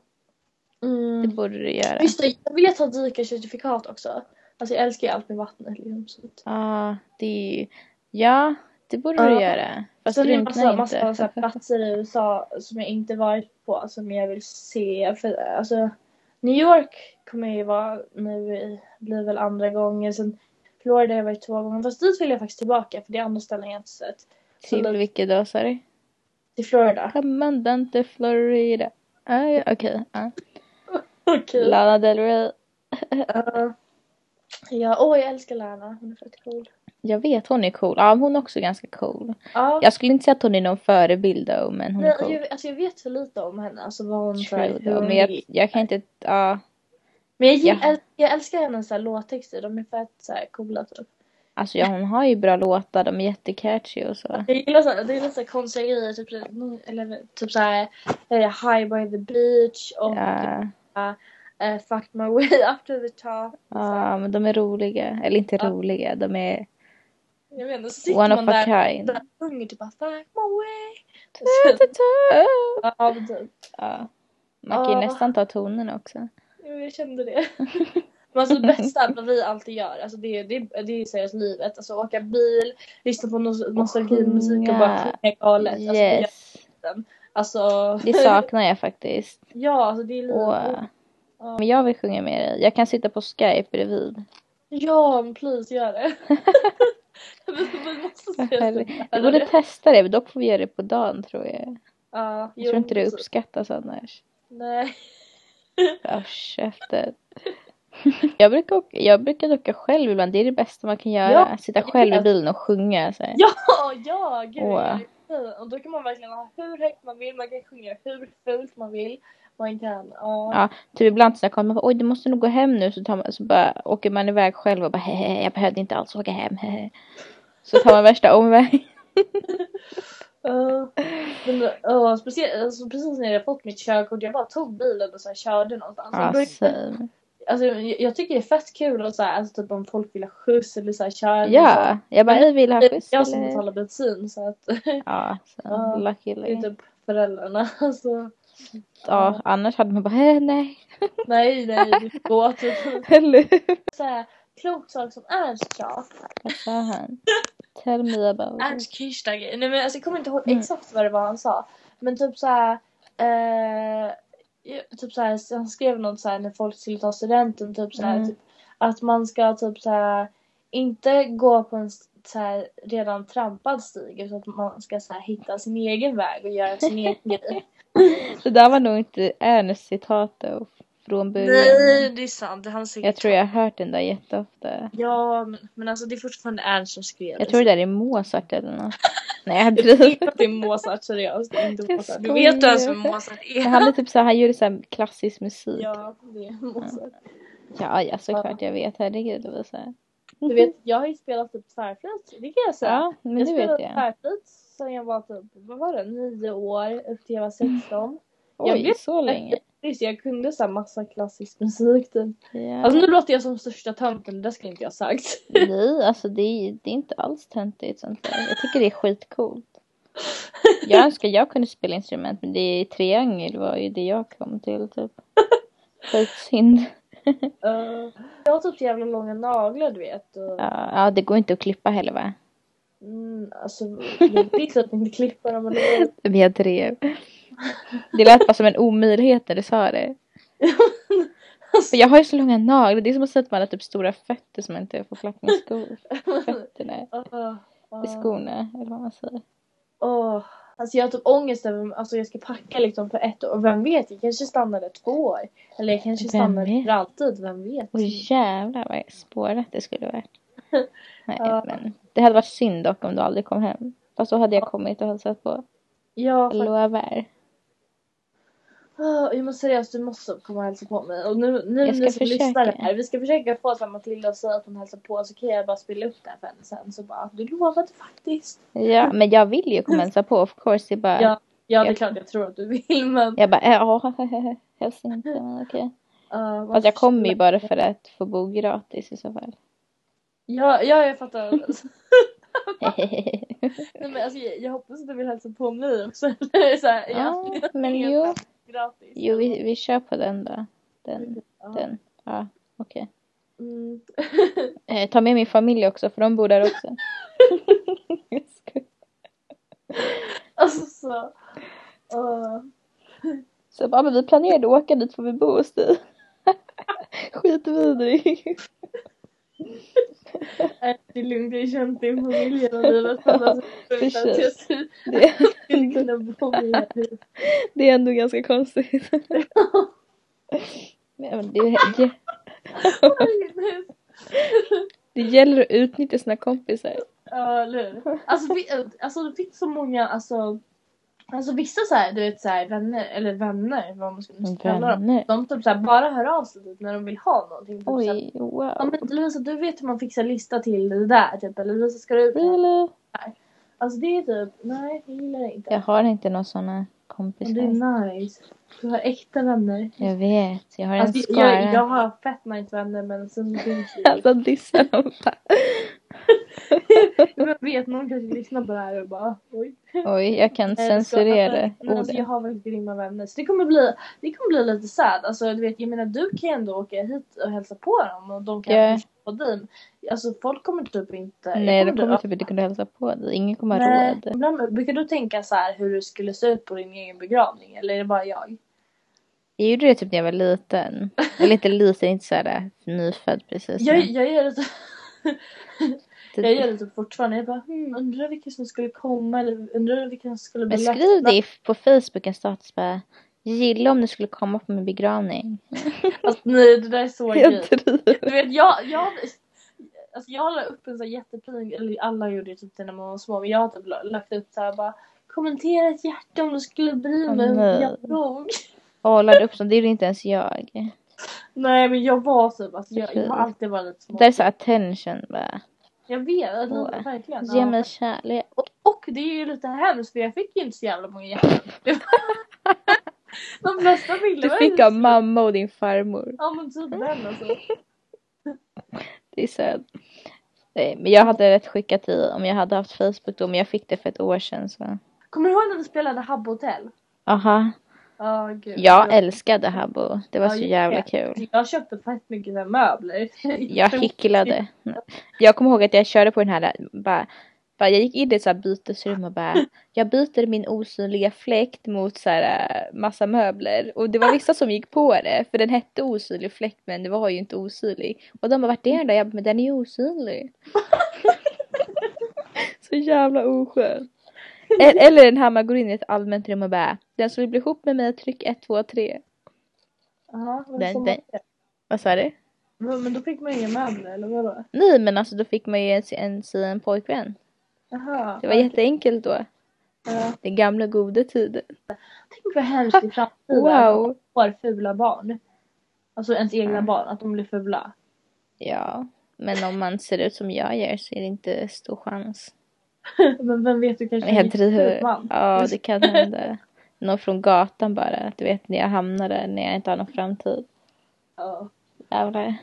Speaker 2: Det
Speaker 1: Mm.
Speaker 2: borde du göra.
Speaker 1: Just det, jag vill ta dykarcertifikat också. Alltså jag älskar ju allt med vattnet liksom. Så. att-
Speaker 2: Ja, det är ju... Ja, det borde
Speaker 1: Ja.
Speaker 2: du göra. Fast
Speaker 1: Sen är det
Speaker 2: drunkna
Speaker 1: massa,
Speaker 2: inte.
Speaker 1: massa så här platser i USA som jag inte varit på som jag vill se. För, alltså, New York kommer jag ju vara nu, i- blir väl andra gången. Sen Florida har jag varit två gånger. Fast dit vill jag faktiskt tillbaka för det är andra ställen jag inte sett.
Speaker 2: Till
Speaker 1: Absolut.
Speaker 2: vilket då sa du?
Speaker 1: Till Florida.
Speaker 2: Commandante Florida. Ah, ja, Okej. ah.
Speaker 1: Okej.
Speaker 2: Lana Del Rey.
Speaker 1: Ja. ja, åh jag älskar Lana. Hon är fett cool.
Speaker 2: Jag vet, hon är cool. Ja, hon är också ganska cool.
Speaker 1: Ja.
Speaker 2: Jag skulle inte säga att hon är någon förebild då, men hon
Speaker 1: Nej,
Speaker 2: är cool.
Speaker 1: jag, alltså jag vet för lite om henne. Alltså vad hon så här,
Speaker 2: True
Speaker 1: hur
Speaker 2: though.
Speaker 1: hon
Speaker 2: Men
Speaker 1: är.
Speaker 2: jag, jag kan inte... Ja.
Speaker 1: Men jag, gill-
Speaker 2: Ja.
Speaker 1: äl- jag älskar hennes så här, låttexter. De är fett så här, coola typ.
Speaker 2: Alltså ja, hon har ju bra låtar. De är jättecatchy och så.
Speaker 1: Jag gillar så, det är lite så här konstiga grejer, typ, någon- eller, typ så här, eh, High by the beach och
Speaker 2: Ja,
Speaker 1: eh, Fuck my [laughs] way up to the top.
Speaker 2: ja, men de är roliga. Eller inte
Speaker 1: Ja. [laughs]
Speaker 2: roliga. De är
Speaker 1: Jag vet inte, så sitter
Speaker 2: One
Speaker 1: man
Speaker 2: of a
Speaker 1: där
Speaker 2: kind.
Speaker 1: och sjunger typ bara Fuck my way.
Speaker 2: Ta-ta-ta.
Speaker 1: Ja, men typ.
Speaker 2: Ja. Man kan ju
Speaker 1: Ja.
Speaker 2: nästan ta tonen också.
Speaker 1: Jo, jag kände det. Men alltså det bästa vad vi alltid gör, alltså det, det, det är seriöst livet. Alltså åka bil, lyssna på nos- nostalgimusik och bara
Speaker 2: sjunga.
Speaker 1: sjunga galet. Alltså, det gör-
Speaker 2: Yes.
Speaker 1: alltså [laughs]
Speaker 2: Det saknar jag faktiskt.
Speaker 1: ja, alltså det är livet.
Speaker 2: Och,
Speaker 1: Ja.
Speaker 2: men jag vill sjunga med dig. Jag kan sitta på Skype bredvid.
Speaker 1: Ja, men please gör det. [laughs] vi, vi måste
Speaker 2: Vad
Speaker 1: se
Speaker 2: härligt. Vi
Speaker 1: Alltså,
Speaker 2: borde testa det, men dock får vi göra det på dagen tror jag.
Speaker 1: Ja,
Speaker 2: Jag tror inte
Speaker 1: alltså.
Speaker 2: det uppskattas annars.
Speaker 1: Nej. [laughs]
Speaker 2: Ja, käften. [laughs] Jag brukar, åka, jag brukar åka själv ibland, det är det bästa man kan göra.
Speaker 1: Ja,
Speaker 2: Sitta
Speaker 1: jag
Speaker 2: själv i
Speaker 1: vet.
Speaker 2: bilen och sjunga. Så här.
Speaker 1: Ja, ja, gud.
Speaker 2: Åh.
Speaker 1: verkligen. Och då kan man verkligen ha hur högt man vill, man kan sjunga hur fult man vill. Man kan, ja.
Speaker 2: Ja, typ ibland så när jag kommer man bara, oj du måste nog gå hem nu så, tar man, så bara åker man iväg själv och bara hehe jag behövde inte alls åka hem [laughs] hehe. Så tar man värsta omväg.
Speaker 1: Ja, men, ja, speciellt, alltså, precis när jag fått mitt körkort, jag bara tog bilen och så här, körde någonstans. Jag
Speaker 2: Ja,
Speaker 1: började-
Speaker 2: same.
Speaker 1: alltså, jag, jag tycker det är fett kul och så här, alltså, typ, om folk vill ha skjuts eller så här, köra. och
Speaker 2: ja jag bara hej vill du
Speaker 1: så.
Speaker 2: ha
Speaker 1: Det är
Speaker 2: skjuts
Speaker 1: jag som
Speaker 2: eller?
Speaker 1: betalar bensin så att
Speaker 2: Ja, så,
Speaker 1: Ja,
Speaker 2: lucky
Speaker 1: det är
Speaker 2: lucky.
Speaker 1: typ föräldrarna. [laughs] Alltså,
Speaker 2: Ja, annars hade man bara hehe nej.
Speaker 1: nej, nej, det går typ.
Speaker 2: Eller hur?
Speaker 1: Så här, klok sak som Ernst sa.
Speaker 2: Vad sa han? Tell me about it.
Speaker 1: Ernst Kirchsteiger. Nej men alltså, jag kommer inte ihåg
Speaker 2: Mm.
Speaker 1: exakt vad det var han sa. Men typ så här. Eh, ju- typ så här han skrev något så här när folk skulle ta studenten. Typ så här,
Speaker 2: Mm.
Speaker 1: typ, att man ska typ så här. Inte gå på en s- så här, redan trampad stig. Utan att man ska så här, hitta sin egen väg och göra sin egen grej.
Speaker 2: Det där var nog inte Ernest citat då, från början.
Speaker 1: [laughs] Nej det är sant. Det är han säkert.
Speaker 2: Jag tror jag har hört den där jätteofta.
Speaker 1: Ja men, men alltså det är fortfarande Ernst som skrev
Speaker 2: Jag tror det där är Mozart eller något. Nej jag driver.
Speaker 1: det är Mozart seriöst. Det är inte
Speaker 2: Typ. Jag
Speaker 1: Mozart. Du vet du ens vem
Speaker 2: skojar.
Speaker 1: Mozart
Speaker 2: Men
Speaker 1: är?
Speaker 2: Han är typ så här, han gjorde så här klassisk musik. Ja,
Speaker 1: Ja, det är Mozart.
Speaker 2: ja, såklart jag vet. Herregud Lovisa.
Speaker 1: Du vet, jag har ju spelat typ tvärflöjt. Det kan jag säga.
Speaker 2: Mm. Ja, men
Speaker 1: jag
Speaker 2: det vet
Speaker 1: spelade
Speaker 2: jag.
Speaker 1: tvärflöjt sedan jag var typ, vad var det, nio år upp till jag var 16. jag
Speaker 2: Oj,
Speaker 1: vet
Speaker 2: Mm. så länge.
Speaker 1: Visst, jag kunde så här massa klassisk musik typ.
Speaker 2: Ja.
Speaker 1: Alltså nu låter jag som största tönten, det där skulle inte jag ha sagt.
Speaker 2: Nej, alltså det är, det är inte alls töntigt sånt där. Jag tycker det är skitcoolt. Jag önskar jag kunde spela instrument, men det är triangel var ju det jag kom till typ. Skitsynd.
Speaker 1: Eh, jag har typ så jävla långa naglar du vet. Och,
Speaker 2: Ja, ja, det går inte att klippa heller va?
Speaker 1: mm, alltså, jag vill typ inte klippa dem. eller-
Speaker 2: Men jag drev. Det lät bara som en omöjlighet när du sa det. För jag har ju så långa naglar. Det är som att säga att man har typ stora fötter som man inte får flack med skor. Fötterna.
Speaker 1: Ah, ah.
Speaker 2: I skorna eller vad man säger.
Speaker 1: Åh, alltså jag har typ ångest över alltså jag ska packa liksom för ett år. Och Vem vet, jag kanske stannar där två år. Eller jag kanske
Speaker 2: Vem
Speaker 1: stannar
Speaker 2: vet?
Speaker 1: för alltid, vem vet.
Speaker 2: Och jävlar vad spårat det skulle
Speaker 1: [laughs]
Speaker 2: varit. Nej
Speaker 1: Ja.
Speaker 2: men. Det hade varit synd dock om du aldrig kom hem. Fast då hade jag kommit och hälsat på.
Speaker 1: Ja,
Speaker 2: Jag
Speaker 1: fakt-
Speaker 2: lovar.
Speaker 1: Åh, jag måste seriöst, du måste komma och hälsa på mig. Och nu, nu
Speaker 2: Jag ska
Speaker 1: ni som
Speaker 2: försöka.
Speaker 1: lyssnar här, vi ska försöka få så att Matilda säger att hon hälsar på så kan jag bara spela upp det här för henne sen. Så bara, du lovade faktiskt.
Speaker 2: Ja men jag vill ju komma och hälsa på of course. Det är bara.
Speaker 1: Ja, ja det är
Speaker 2: Ja.
Speaker 1: klart jag tror att du vill men.
Speaker 2: Jag bara eh, ja. [laughs] Hälsa inte men okej.
Speaker 1: Uh,
Speaker 2: Fast jag kommer ju bara för att få bo gratis i så fall.
Speaker 1: [laughs] Ja, ja jag fattar. [laughs] Nej, men alltså, jag, jag hoppas att du vill hälsa på mig också. [laughs] så här,
Speaker 2: [laughs] ja,
Speaker 1: jag-
Speaker 2: men
Speaker 1: jag-
Speaker 2: jo.
Speaker 1: Gratis.
Speaker 2: Jo, vi, vi kör på den då. Den, den. Ja, okej.
Speaker 1: Mm.
Speaker 2: Eh, ta med min familj också för de bor
Speaker 1: [laughs]
Speaker 2: där också. [laughs] Jag skojar.
Speaker 1: Alltså så. Åh.
Speaker 2: så bara, men vi planerade att åka dit för vi bor hos dig. [laughs] Skitvidrig.
Speaker 1: Nej, Äh, det är lugnt, jag har känt din familj hela livet. Men
Speaker 2: [laughs]
Speaker 1: alltså, jag vet att jag
Speaker 2: Precis.
Speaker 1: skulle
Speaker 2: Det,
Speaker 1: kunna bo i det
Speaker 2: [laughs]
Speaker 1: här.
Speaker 2: det är ändå ganska konstigt. [laughs] Men det, det, det gäller att utnyttja sina kompisar.
Speaker 1: Ja, eller hur? Alltså, vi, alltså det finns så många, alltså. Alltså vissa så här, du vet så här, vänner, eller vänner, vad man skulle kalla dem.
Speaker 2: Vänner.
Speaker 1: De typ så här, bara hör av sig typ när de vill ha någonting. Typ, så här,
Speaker 2: Oj,
Speaker 1: Ja,
Speaker 2: wow.
Speaker 1: men Lovisa, du vet hur man fixar lista till det där typ. Eller Lovisa, ska du ut?
Speaker 2: Really?
Speaker 1: Alltså det är typ, nej jag gillar det inte.
Speaker 2: Jag har inte några sådana
Speaker 1: Men det
Speaker 2: kompisar.
Speaker 1: är nice. Du har äkta vänner.
Speaker 2: Jag vet, jag har en
Speaker 1: Alltså,
Speaker 2: skara.
Speaker 1: jag, jag har fett
Speaker 2: [laughs]
Speaker 1: nice vänner men sen finns det ju-
Speaker 2: Alltså dissa dem.
Speaker 1: Men vet, någon kanske lyssnar på det här och bara oj.
Speaker 2: Oj, jag kan
Speaker 1: Eh,
Speaker 2: censurera
Speaker 1: men, men alltså,
Speaker 2: ordet.
Speaker 1: jag har väldigt grymma vänner så det kommer bli, det kommer bli lite sad. Alltså, du vet, jag menar du kan ju ändå åka hit och hälsa på dem och de kan
Speaker 2: Ja.
Speaker 1: hälsa på dig. Alltså folk kommer typ inte.
Speaker 2: Nej,
Speaker 1: jag
Speaker 2: de kommer
Speaker 1: bli-
Speaker 2: typ inte kunna hälsa på dig. Ingen kommer ha
Speaker 1: Nej,
Speaker 2: råd.
Speaker 1: ibland brukar du tänka så här hur du skulle se ut på din egen begravning eller är det bara jag?
Speaker 2: Jag gjorde det typ när jag var liten. Eller
Speaker 1: [laughs]
Speaker 2: inte liten, inte såhär nyfödd precis.
Speaker 1: Jag,
Speaker 2: men
Speaker 1: jag gör det typ-
Speaker 2: det-
Speaker 1: jag gör det typ fortfarande. Jag bara hmm, undrar vilken som skulle komma eller undrar vilken som skulle bli
Speaker 2: Men skriv det i- på Facebook en status bara. Gilla om ni skulle komma på min begravning.
Speaker 1: Alltså, nej, det där är så grymt.
Speaker 2: [laughs] Jag driver.
Speaker 1: Du vet jag, jag, alltså jag la upp en så här jättepin, eller alla gjorde ju typ det när man var små, men jag har typ la- lagt upp så här bara kommentera ett hjärta om du skulle bry
Speaker 2: Åh,
Speaker 1: mig om
Speaker 2: nej.
Speaker 1: jag dog. [laughs]
Speaker 2: Åh, la du upp sånt? Det gjorde inte ens jag.
Speaker 1: Nej men jag var typ, alltså jag, jag har
Speaker 2: Fy.
Speaker 1: alltid varit lite
Speaker 2: Det där är
Speaker 1: småkig.
Speaker 2: så attention bara.
Speaker 1: Jag vet, alltså,
Speaker 2: Åh,
Speaker 1: verkligen.
Speaker 2: Ge
Speaker 1: ja.
Speaker 2: mig kärlek.
Speaker 1: och, och det är ju lite hemskt för jag fick ju inte så jävla många hjärtan. [laughs] Det var- De flesta bilderna
Speaker 2: Du
Speaker 1: var
Speaker 2: fick
Speaker 1: ju-
Speaker 2: av mamma och din farmor.
Speaker 1: Ja men typ den alltså.
Speaker 2: Det är sad. Nej, men jag hade rätt skickat i om jag hade haft Facebook då, men jag fick det för ett år sedan så.
Speaker 1: Kommer du ihåg när vi spelade Habbo Hotel?
Speaker 2: Aha.
Speaker 1: Ja gud.
Speaker 2: Jag älskade Habbo. Det var
Speaker 1: Ja,
Speaker 2: så
Speaker 1: jag
Speaker 2: jävla
Speaker 1: vet.
Speaker 2: kul.
Speaker 1: Jag köpte faktiskt mycket så här möbler.
Speaker 2: [laughs] Jag
Speaker 1: tror-
Speaker 2: hycklade. Jag kommer ihåg att jag körde på den här, bara, bara, jag gick in i ett så här bytesrum och bara, jag byter min osynliga fläkt mot så här äh, massa möbler. Och det var vissa som gick på det, för den hette osynlig fläkt men det var ju inte osynlig. Och de bara, vart är den då? Jag bara, men den är ju osynlig. [laughs] så jävla oskön. E- Eller den här man går in i ett allmänt rum och bara, den som vill bli ihop med mig tryck 1, 2, 3.
Speaker 1: [laughs] Ja, men
Speaker 2: Den-
Speaker 1: så-
Speaker 2: den- Vad sa du?
Speaker 1: Men men då fick man inga möbler eller vadå?
Speaker 2: Nej men alltså då fick man ju en, en, en pojkvän.
Speaker 1: Jaha.
Speaker 2: Det var jätteenkelt då.
Speaker 1: Ja.
Speaker 2: Den gamla goda tiden.
Speaker 1: Tänk vad hemskt i framtiden.
Speaker 2: Wow.
Speaker 1: Får fula barn. Alltså ens egna
Speaker 2: Ja.
Speaker 1: barn, att de blir fula. [laughs]
Speaker 2: Ja. Men om man ser ut som jag gör så är det inte stor chans.
Speaker 1: Men vem vet, du kanske
Speaker 2: Jag är helt
Speaker 1: en
Speaker 2: hur...
Speaker 1: jätteful man.
Speaker 2: Ja, det kan hända. Någon från gatan bara. Du vet när jag hamnar där när jag inte har någon framtid.
Speaker 1: Ja.
Speaker 2: Jävlar.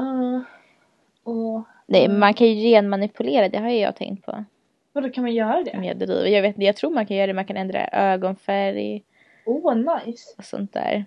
Speaker 1: Uh, och,
Speaker 2: Nej, men man kan ju genmanipulera. Det har ju jag tänkt på.
Speaker 1: vadå, kan man göra det?
Speaker 2: Om jag driver. Jag vet jag tror man kan göra det. Man kan ändra ögonfärg
Speaker 1: Åh, oh, nice.
Speaker 2: och sånt där.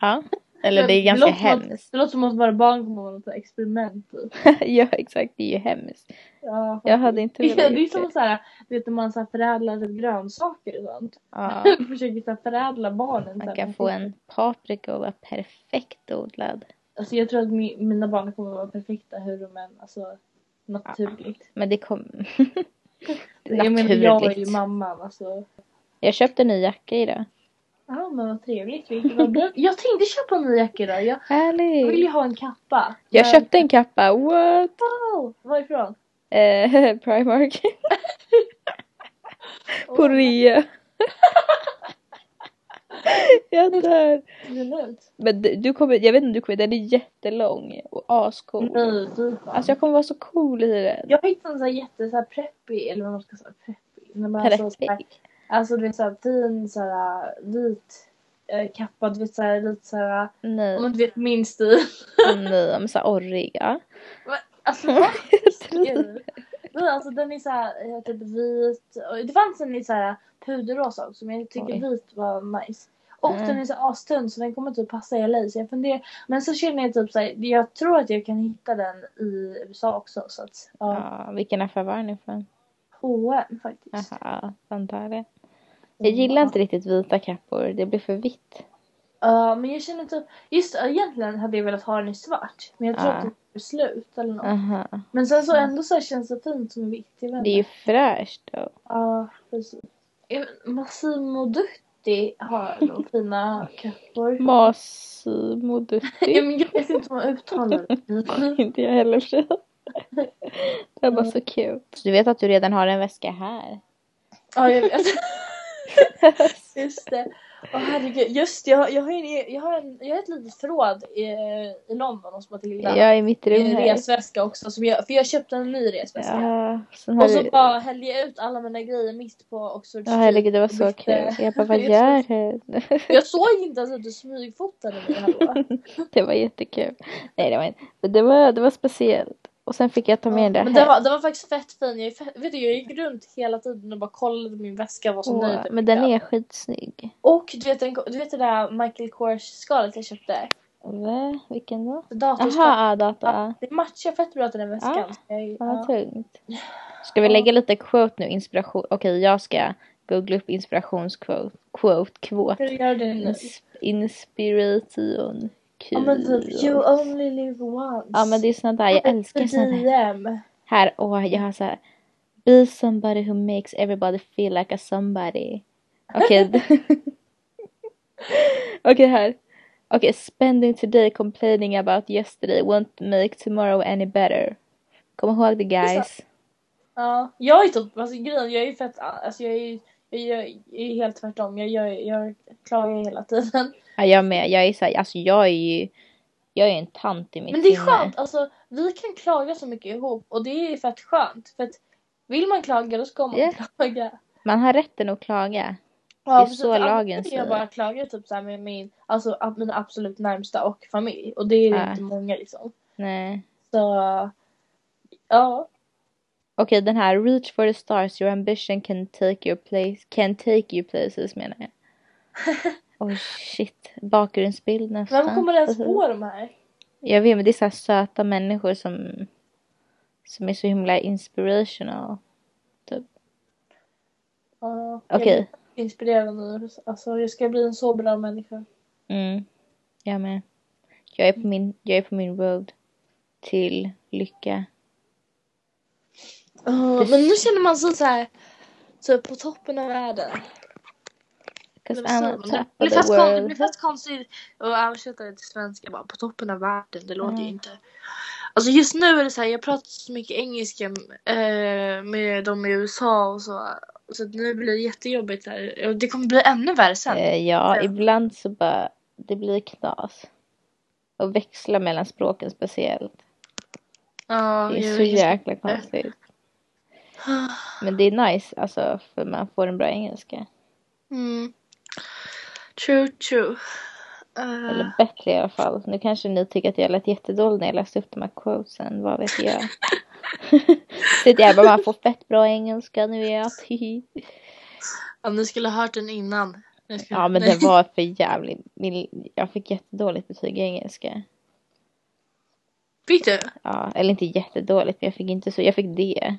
Speaker 2: Ja. Eller det är ganska
Speaker 1: låter som att-
Speaker 2: hemskt. [laughs]
Speaker 1: Det låter som att våra barn kommer att vara något experiment typ.
Speaker 2: ja, exakt. Det är ju hemskt.
Speaker 1: Ja,
Speaker 2: Jag hade inte
Speaker 1: det
Speaker 2: velat
Speaker 1: är
Speaker 2: gjort det.
Speaker 1: som så här, du vet när man så här förädlar typ grönsaker och sånt.
Speaker 2: Ja.
Speaker 1: [laughs] Försöker så här förädla barnen. så
Speaker 2: Man
Speaker 1: här.
Speaker 2: kan få en paprika och vara perfekt odlad.
Speaker 1: Alltså jag tror att mi- mina barn kommer att vara perfekta hur de än, alltså naturligt.
Speaker 2: Men det kom... [laughs]
Speaker 1: Jag menar jag är ju
Speaker 2: Naturligt.
Speaker 1: mamman alltså.
Speaker 2: Jag köpte en ny jacka idag.
Speaker 1: Ja men vad trevligt. Vilket var bra. Jag tänkte köpa en ny jacka idag. Jag jag vill ju
Speaker 2: Härligt!
Speaker 1: ha en kappa.
Speaker 2: Jag
Speaker 1: Men-
Speaker 2: köpte en kappa, what?
Speaker 1: Wow, varifrån?
Speaker 2: Eh, [laughs] Primark. På
Speaker 1: Åh, [laughs]
Speaker 2: rea. Jag dör.
Speaker 1: Absolut.
Speaker 2: Men du, du kommer, jag vet inte om du kommer, den är jättelång och ascool.
Speaker 1: Nej, fy fan.
Speaker 2: Mm. Alltså jag kommer vara så cool i den.
Speaker 1: Jag hittade en sån här jätte så här preppy, eller vad man ska säga, preppy. När man alltså, så här,
Speaker 2: Perfekt.
Speaker 1: alltså du vet såhär fin såhär vit eh, kappa, du vet såhär lite såhär,
Speaker 2: Nej,
Speaker 1: om du vet min
Speaker 2: [laughs]
Speaker 1: stil.
Speaker 2: nej, men såhär orriga.
Speaker 1: Alltså vad Gud. [laughs] Nej, alltså den är så här, eh, typ vit. Och det fanns en i så här puderrosa också men jag tycker
Speaker 2: Oj.
Speaker 1: vit var nice. Och
Speaker 2: Mm.
Speaker 1: den är så här astunn så den kommer typ passa i LA. Så jag funderar, men så känner jag typ så här, jag tror att jag kan hitta den i USA också. Så att, ja,
Speaker 2: Ja, vilken affär var den ifrån?
Speaker 1: H&M faktiskt.
Speaker 2: Jaha, antar det. Jag gillar inte riktigt vita kappor, det blir för vitt.
Speaker 1: Ja, men jag känner typ, just det, egentligen hade jag velat ha den i svart. Men jag tror
Speaker 2: Ja.
Speaker 1: att det är slut eller något.
Speaker 2: Aha.
Speaker 1: Men sen så
Speaker 2: Ja.
Speaker 1: ändå så här känns det fint som vitt. jag vet
Speaker 2: Mm. Det är
Speaker 1: inte.
Speaker 2: ju fräscht då.
Speaker 1: Ja, precis. Eh, Massimo Dutti [laughs] har de fina kappor.
Speaker 2: Massimo
Speaker 1: Ja,
Speaker 2: [laughs] Dutti.
Speaker 1: men Jag vet inte hur man uttalar det.
Speaker 2: [laughs] Inte jag heller för sig. Det var så kul. Du vet att du redan har en väska [laughs] här.
Speaker 1: Ja, jag vet. Just det. Åh herregud. Just det, jag, har- jag, har en, e- jag, har en, jag har ett litet förråd i, i London hos Matilda.
Speaker 2: Jag är i mitt
Speaker 1: en
Speaker 2: rum här.
Speaker 1: resväska också. Som jag, för jag köpte en ny resväska.
Speaker 2: Ja, sen har
Speaker 1: Och så
Speaker 2: du...
Speaker 1: bara hällde jag ut alla mina grejer mitt på Oxford
Speaker 2: Ja, herregud det var så
Speaker 1: Bytte-
Speaker 2: kul. Jag bara, vad
Speaker 1: Jag
Speaker 2: gör du? [laughs]
Speaker 1: Jag såg inte ens att du smygfotade mig hallå.
Speaker 2: Det var jättekul. Nej, det var inte. Men det var, det var speciellt. Och sen fick jag ta med den
Speaker 1: Men
Speaker 2: här.
Speaker 1: den var, den var faktiskt fett fin. Jag, är fett, vet du, jag gick runt hela tiden och bara kollade min väska och var så
Speaker 2: Åh,
Speaker 1: nöjd. med
Speaker 2: men den
Speaker 1: den.
Speaker 2: är skitsnygg.
Speaker 1: Och du vet, den, du vet det där Michael Kors-skalet jag köpte?
Speaker 2: Va? Vilken då?
Speaker 1: Datorskalet.
Speaker 2: Jaha, ja, ah, data. Ja.
Speaker 1: Det matchar fett bra till den väskan.
Speaker 2: Ja.
Speaker 1: Så Jag,
Speaker 2: Vad
Speaker 1: ja.
Speaker 2: tungt. Ska vi lägga lite quote nu? Inspiration. Okej, jag ska googla upp inspirationsquote. Quote, quote.
Speaker 1: Hur gör du nu?
Speaker 2: Ins- Inspiration. Kul.
Speaker 1: Ja men typ, you only live once.
Speaker 2: Ja, men det är sånt där. Jag älskar sånt där.
Speaker 1: DM.
Speaker 2: Här, åh, jag har så här. Be somebody who makes everybody feel like a somebody. Okej.
Speaker 1: [laughs]
Speaker 2: Okej, här. Okej, spending today complaining about yesterday won't make tomorrow any better. Kom ihåg det
Speaker 1: är
Speaker 2: guys.
Speaker 1: Ja, jag är typ, alltså grejen, jag är ju fett, alltså jag är ju jag, jag, jag är helt tvärtom. Jag, jag, jag klagar hela tiden.
Speaker 2: Ja, jag med. Jag är så här, alltså jag är ju, jag är en tant i mitt
Speaker 1: Men det är
Speaker 2: sinne.
Speaker 1: skönt. Alltså, vi kan klaga så mycket ihop och det är fett skönt. För att vill man klaga då ska man
Speaker 2: Ja.
Speaker 1: klaga.
Speaker 2: Man har rätten att klaga.
Speaker 1: Ja,
Speaker 2: Det är
Speaker 1: precis.
Speaker 2: så
Speaker 1: Annars
Speaker 2: lagen
Speaker 1: brukar
Speaker 2: säger.
Speaker 1: Jag bara klagar typ så här med min, alltså, ab- mina absolut närmsta och familj. Och det är
Speaker 2: Ja.
Speaker 1: inte många liksom.
Speaker 2: Nej.
Speaker 1: Så ja,
Speaker 2: Okej, den här reach for the stars, your ambition can take your place, can take you places menar
Speaker 1: [laughs]
Speaker 2: jag. Oh shit, bakgrundsbild nästan. Alltså,
Speaker 1: vem kommer ens på de här?
Speaker 2: Jag vet, men det är så här söta människor som, som är så himla inspirational.
Speaker 1: Ja, jag
Speaker 2: Okej,
Speaker 1: blir Inspirerad nu. Alltså jag ska bli en så bra människa.
Speaker 2: mm. jag med. Jag är på min, jag är på min road till lycka.
Speaker 1: Ja,
Speaker 2: Det-
Speaker 1: men nu känner man sig så här typ på toppen av världen.
Speaker 2: Cause
Speaker 1: Eller vad säger
Speaker 2: I'm
Speaker 1: man?
Speaker 2: on top
Speaker 1: Det
Speaker 2: of
Speaker 1: blir fast
Speaker 2: the
Speaker 1: kon- Det blir
Speaker 2: world.
Speaker 1: fast konstigt att översätta det till svenska bara på toppen av världen. Det låter ju
Speaker 2: Mm.
Speaker 1: inte. Alltså just nu är det så här, jag pratar så mycket engelska eh, med de i USA och så. Så att nu blir det jättejobbigt där. Och Det kommer bli ännu värre sen.
Speaker 2: Eh, ja,
Speaker 1: Ja.
Speaker 2: ibland så bara, det blir knas. Och växla mellan språken speciellt.
Speaker 1: Ja,
Speaker 2: Det
Speaker 1: jag
Speaker 2: är så
Speaker 1: vet.
Speaker 2: jäkla konstigt. Men det är nice, alltså, för man får en bra engelska.
Speaker 1: [gasps] Mm. True, true. Eh,
Speaker 2: Eller bättre i alla fall. Nu kanske ni tycker att jag lät jättedålig när jag läste upp de här quotesen. Vad
Speaker 1: [laughs]
Speaker 2: vet jag? Sitter jag bara man får fett bra engelska nu är jag.
Speaker 1: om ni skulle ha hört den innan. Jag ska-
Speaker 2: ja men
Speaker 1: Nej.
Speaker 2: det var för jävligt. Min, jag fick jättedåligt betyg i engelska.
Speaker 1: Fick du?
Speaker 2: Ja, eller inte jättedåligt men jag fick inte så. Jag fick det.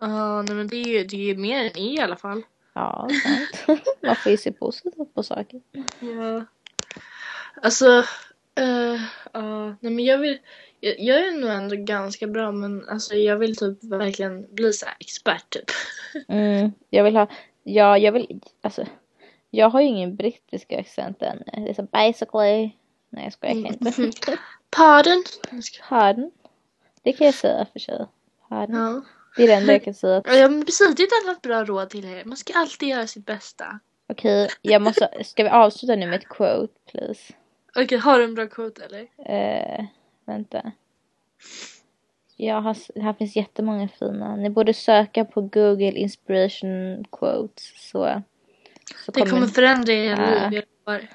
Speaker 1: Ja, nej men det är ju det är ju mer än E i alla fall.
Speaker 2: Ja,
Speaker 1: [laughs]
Speaker 2: sant. Man får ju se positivt på saker.
Speaker 1: Ja. Alltså, eh, ja, nej men jag vill, jag, jag är nog ändå ganska bra men alltså jag vill typ verkligen bli så här expert typ.
Speaker 2: Mm, jag vill ha, ja jag vill, alltså. Jag har ju ingen brittisk accent än. Det är så basically. Nej jag skojar, jag kan inte.
Speaker 1: Mm. Pardon?
Speaker 2: Pardon. Det kan jag säga för sig. Pardon.
Speaker 1: Ja.
Speaker 2: Det är det enda jag kan säga. att-
Speaker 1: ja men precis, det är ett annat bra råd till er. Man ska alltid göra sitt bästa.
Speaker 2: Okej, jag måste. Ska vi avsluta nu med ett quote please?
Speaker 1: Okej, har du en bra quote eller?
Speaker 2: Eh, vänta. Jag har, s- här finns jättemånga fina. Ni borde söka på Google inspiration quotes. Så, så
Speaker 1: Det kommer förändra
Speaker 2: Ja.
Speaker 1: era liv, jag lovar.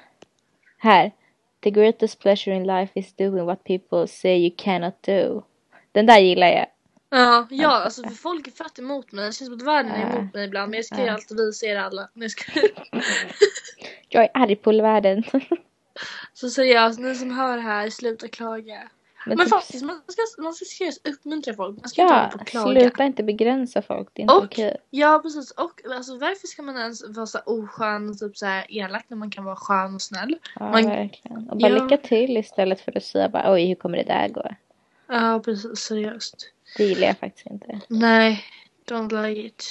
Speaker 2: Här. The greatest pleasure in life is doing what people say you cannot do. Den där gillar jag.
Speaker 1: Ja, ja alltså för folk är fett emot mig. Det känns som att världen är
Speaker 2: Ja.
Speaker 1: emot mig ibland men jag ska ju
Speaker 2: Ja.
Speaker 1: alltid visa er alla. Nej, jag ska...
Speaker 2: Jag är arg på världen. [laughs]
Speaker 1: Så seriöst, ni som hör här, sluta klaga. Men,
Speaker 2: typ-
Speaker 1: faktiskt, man ska, man ska seriöst uppmuntra folk. Man ska inte
Speaker 2: Ja,
Speaker 1: hålla på och klaga.
Speaker 2: sluta inte begränsa folk. Det är inte
Speaker 1: Och-
Speaker 2: okej.
Speaker 1: Ja, precis. Och alltså, varför ska man ens vara så här oskön och typ så här elak när man kan vara skön och snäll?
Speaker 2: Ja,
Speaker 1: man-
Speaker 2: verkligen. Och bara
Speaker 1: Ja.
Speaker 2: lycka till istället för att säga bara oj, hur kommer det där gå?
Speaker 1: Ja, precis. Seriöst.
Speaker 2: Det gillar jag faktiskt inte.
Speaker 1: Nej, don't like it.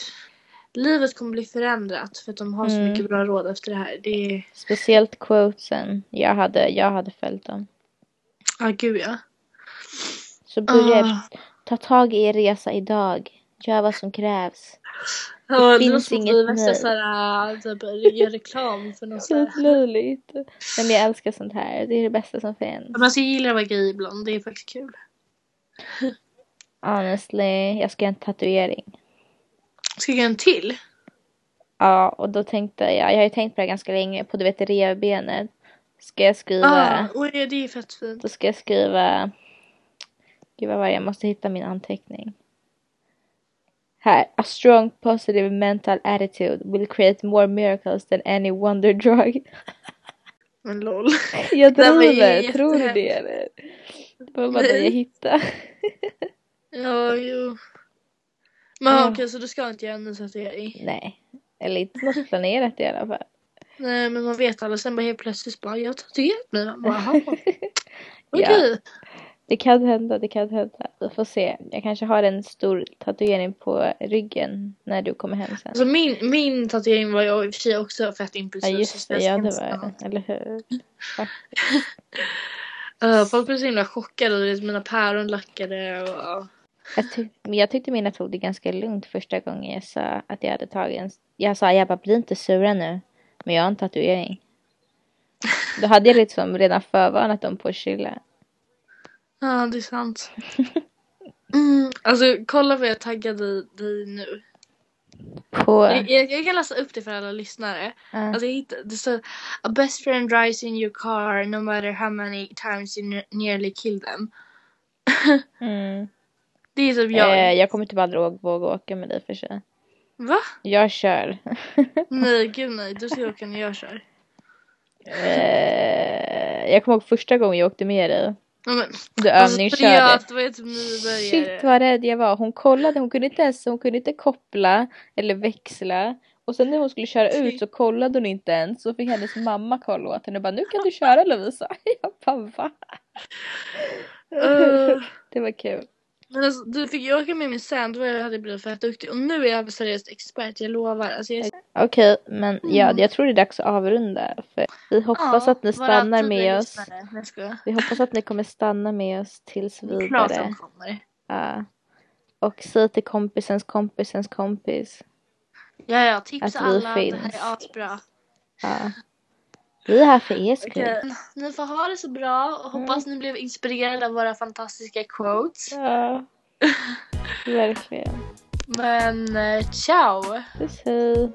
Speaker 1: Livet kommer bli förändrat för att de har så
Speaker 2: Mm.
Speaker 1: mycket bra råd efter det här. Det är...
Speaker 2: Speciellt quotesen. Jag hade, jag hade följt dem.
Speaker 1: Ja, gud ja.
Speaker 2: Så börja
Speaker 1: Ah.
Speaker 2: ta tag i er resa idag. Gör vad som krävs.
Speaker 1: Ja, Det
Speaker 2: finns
Speaker 1: låter som att vi
Speaker 2: inget
Speaker 1: är värsta
Speaker 2: nej.
Speaker 1: så här, äh, typ, gör reklam för något så här.
Speaker 2: Helt löjligt. Nej, men jag älskar sånt här. Det är det bästa som finns.
Speaker 1: Man ska gilla att vara gay ibland. Det är faktiskt kul.
Speaker 2: Honestly, jag ska göra en tatuering.
Speaker 1: Ska jag göra en till?
Speaker 2: Ja, och då tänkte jag, jag har ju tänkt på det här ganska länge, på du vet revbenet. Ska jag skriva
Speaker 1: ah, oj, det är fett fint.
Speaker 2: Då ska jag skriva Gud vad var det? jag måste hitta min anteckning. Här. A strong positive mental attitude will create more miracles than any
Speaker 1: [laughs]
Speaker 2: wonder drug.
Speaker 1: Men lol.
Speaker 2: Jag
Speaker 1: Den var ju
Speaker 2: driver, tror du det
Speaker 1: jättehemsk.
Speaker 2: eller? Det var bara det
Speaker 1: Nej. [laughs]
Speaker 2: jag hittade.
Speaker 1: Ja, jo. Men
Speaker 2: Ja.
Speaker 1: okej, så du ska inte göra en ny tatuering?
Speaker 2: Nej. Eller inte något planerat i alla fall.
Speaker 1: Nej, men man vet aldrig. Sen bara helt plötsligt bara, jag har tatuerat mig. Man bara,
Speaker 2: [laughs]
Speaker 1: Jaha, okej.
Speaker 2: Det kan hända, det kan hända. Vi får se. Jag kanske har en stor tatuering på ryggen när du kommer hem sen.
Speaker 1: Alltså min, min tatuering var jag i och för sig också fett
Speaker 2: Ja
Speaker 1: impulsiv.
Speaker 2: just
Speaker 1: så
Speaker 2: det, ja det
Speaker 1: hemskt
Speaker 2: var
Speaker 1: sant.
Speaker 2: det. Eller hur?
Speaker 1: Eh, folk blev så himla chockade. du vet, Mina päron lackade och... ja.
Speaker 2: Jag, tyck- men jag tyckte mina tog det ganska lugnt första gången jag sa att jag hade tagit en. Jag sa jag bara bli inte sura nu. Men jag har en tatuering. Då hade jag liksom redan förvarnat dem på att chilla.
Speaker 1: Ja, det är
Speaker 2: [laughs]
Speaker 1: sant. Mm, alltså kolla vad jag taggar dig, dig nu.
Speaker 2: På...
Speaker 1: Jag, jag, jag kan läsa upp det för alla lyssnare.
Speaker 2: Ja.
Speaker 1: Alltså, jag hittade, det står A best friend drives in your car no matter how many times you ne- nearly kill them.
Speaker 2: Mm.
Speaker 1: Det är typ jag.
Speaker 2: Jag, jag kommer typ aldrig å- våga åka med dig för sig.
Speaker 1: Va?
Speaker 2: Jag kör.
Speaker 1: Nej, gud nej. Du ska åka när jag kör.
Speaker 2: Eh, jag kommer ihåg första gången jag åkte med dig.
Speaker 1: Ja, men,
Speaker 2: Du
Speaker 1: alltså
Speaker 2: övningskörde.
Speaker 1: seriöst, vad jag typ nybörjare.
Speaker 2: Shit vad rädd jag var. Hon kollade, hon kunde inte ens, hon kunde inte koppla eller växla. Och sen när hon skulle köra ut så kollade hon inte ens. Så fick hennes mamma kolla åt henne och bara nu kan du köra Lovisa. [laughs] Jag bara va?
Speaker 1: Eh,
Speaker 2: Det var kul.
Speaker 1: men alltså, du fick ju åka med min sen, då var jag- hade jag blivit fett duktig. Och nu är jag seriöst expert, jag lovar. Alltså, jag...
Speaker 2: Okej men ja, jag tror det är dags att avrunda. För vi hoppas
Speaker 1: Mm. Ja,
Speaker 2: att ni
Speaker 1: våra
Speaker 2: stannar
Speaker 1: tidigare
Speaker 2: med oss.
Speaker 1: lyssnare. Nej, jag skojar.
Speaker 2: Vi hoppas att ni kommer stanna med oss tills
Speaker 1: Det är klart
Speaker 2: vidare.
Speaker 1: de kommer.
Speaker 2: Ja. Och säg till kompisens kompisens kompis.
Speaker 1: Ja, ja, tipsa
Speaker 2: Att vi
Speaker 1: alla. Det
Speaker 2: finns.
Speaker 1: här är asbra.
Speaker 2: Ja. Vi är här för er skull.
Speaker 1: Ni får ha det så bra och hoppas ni blev inspirerade av våra fantastiska quotes.
Speaker 2: Ja. Verkligen.
Speaker 1: Men eh, ciao!
Speaker 2: Puss hej.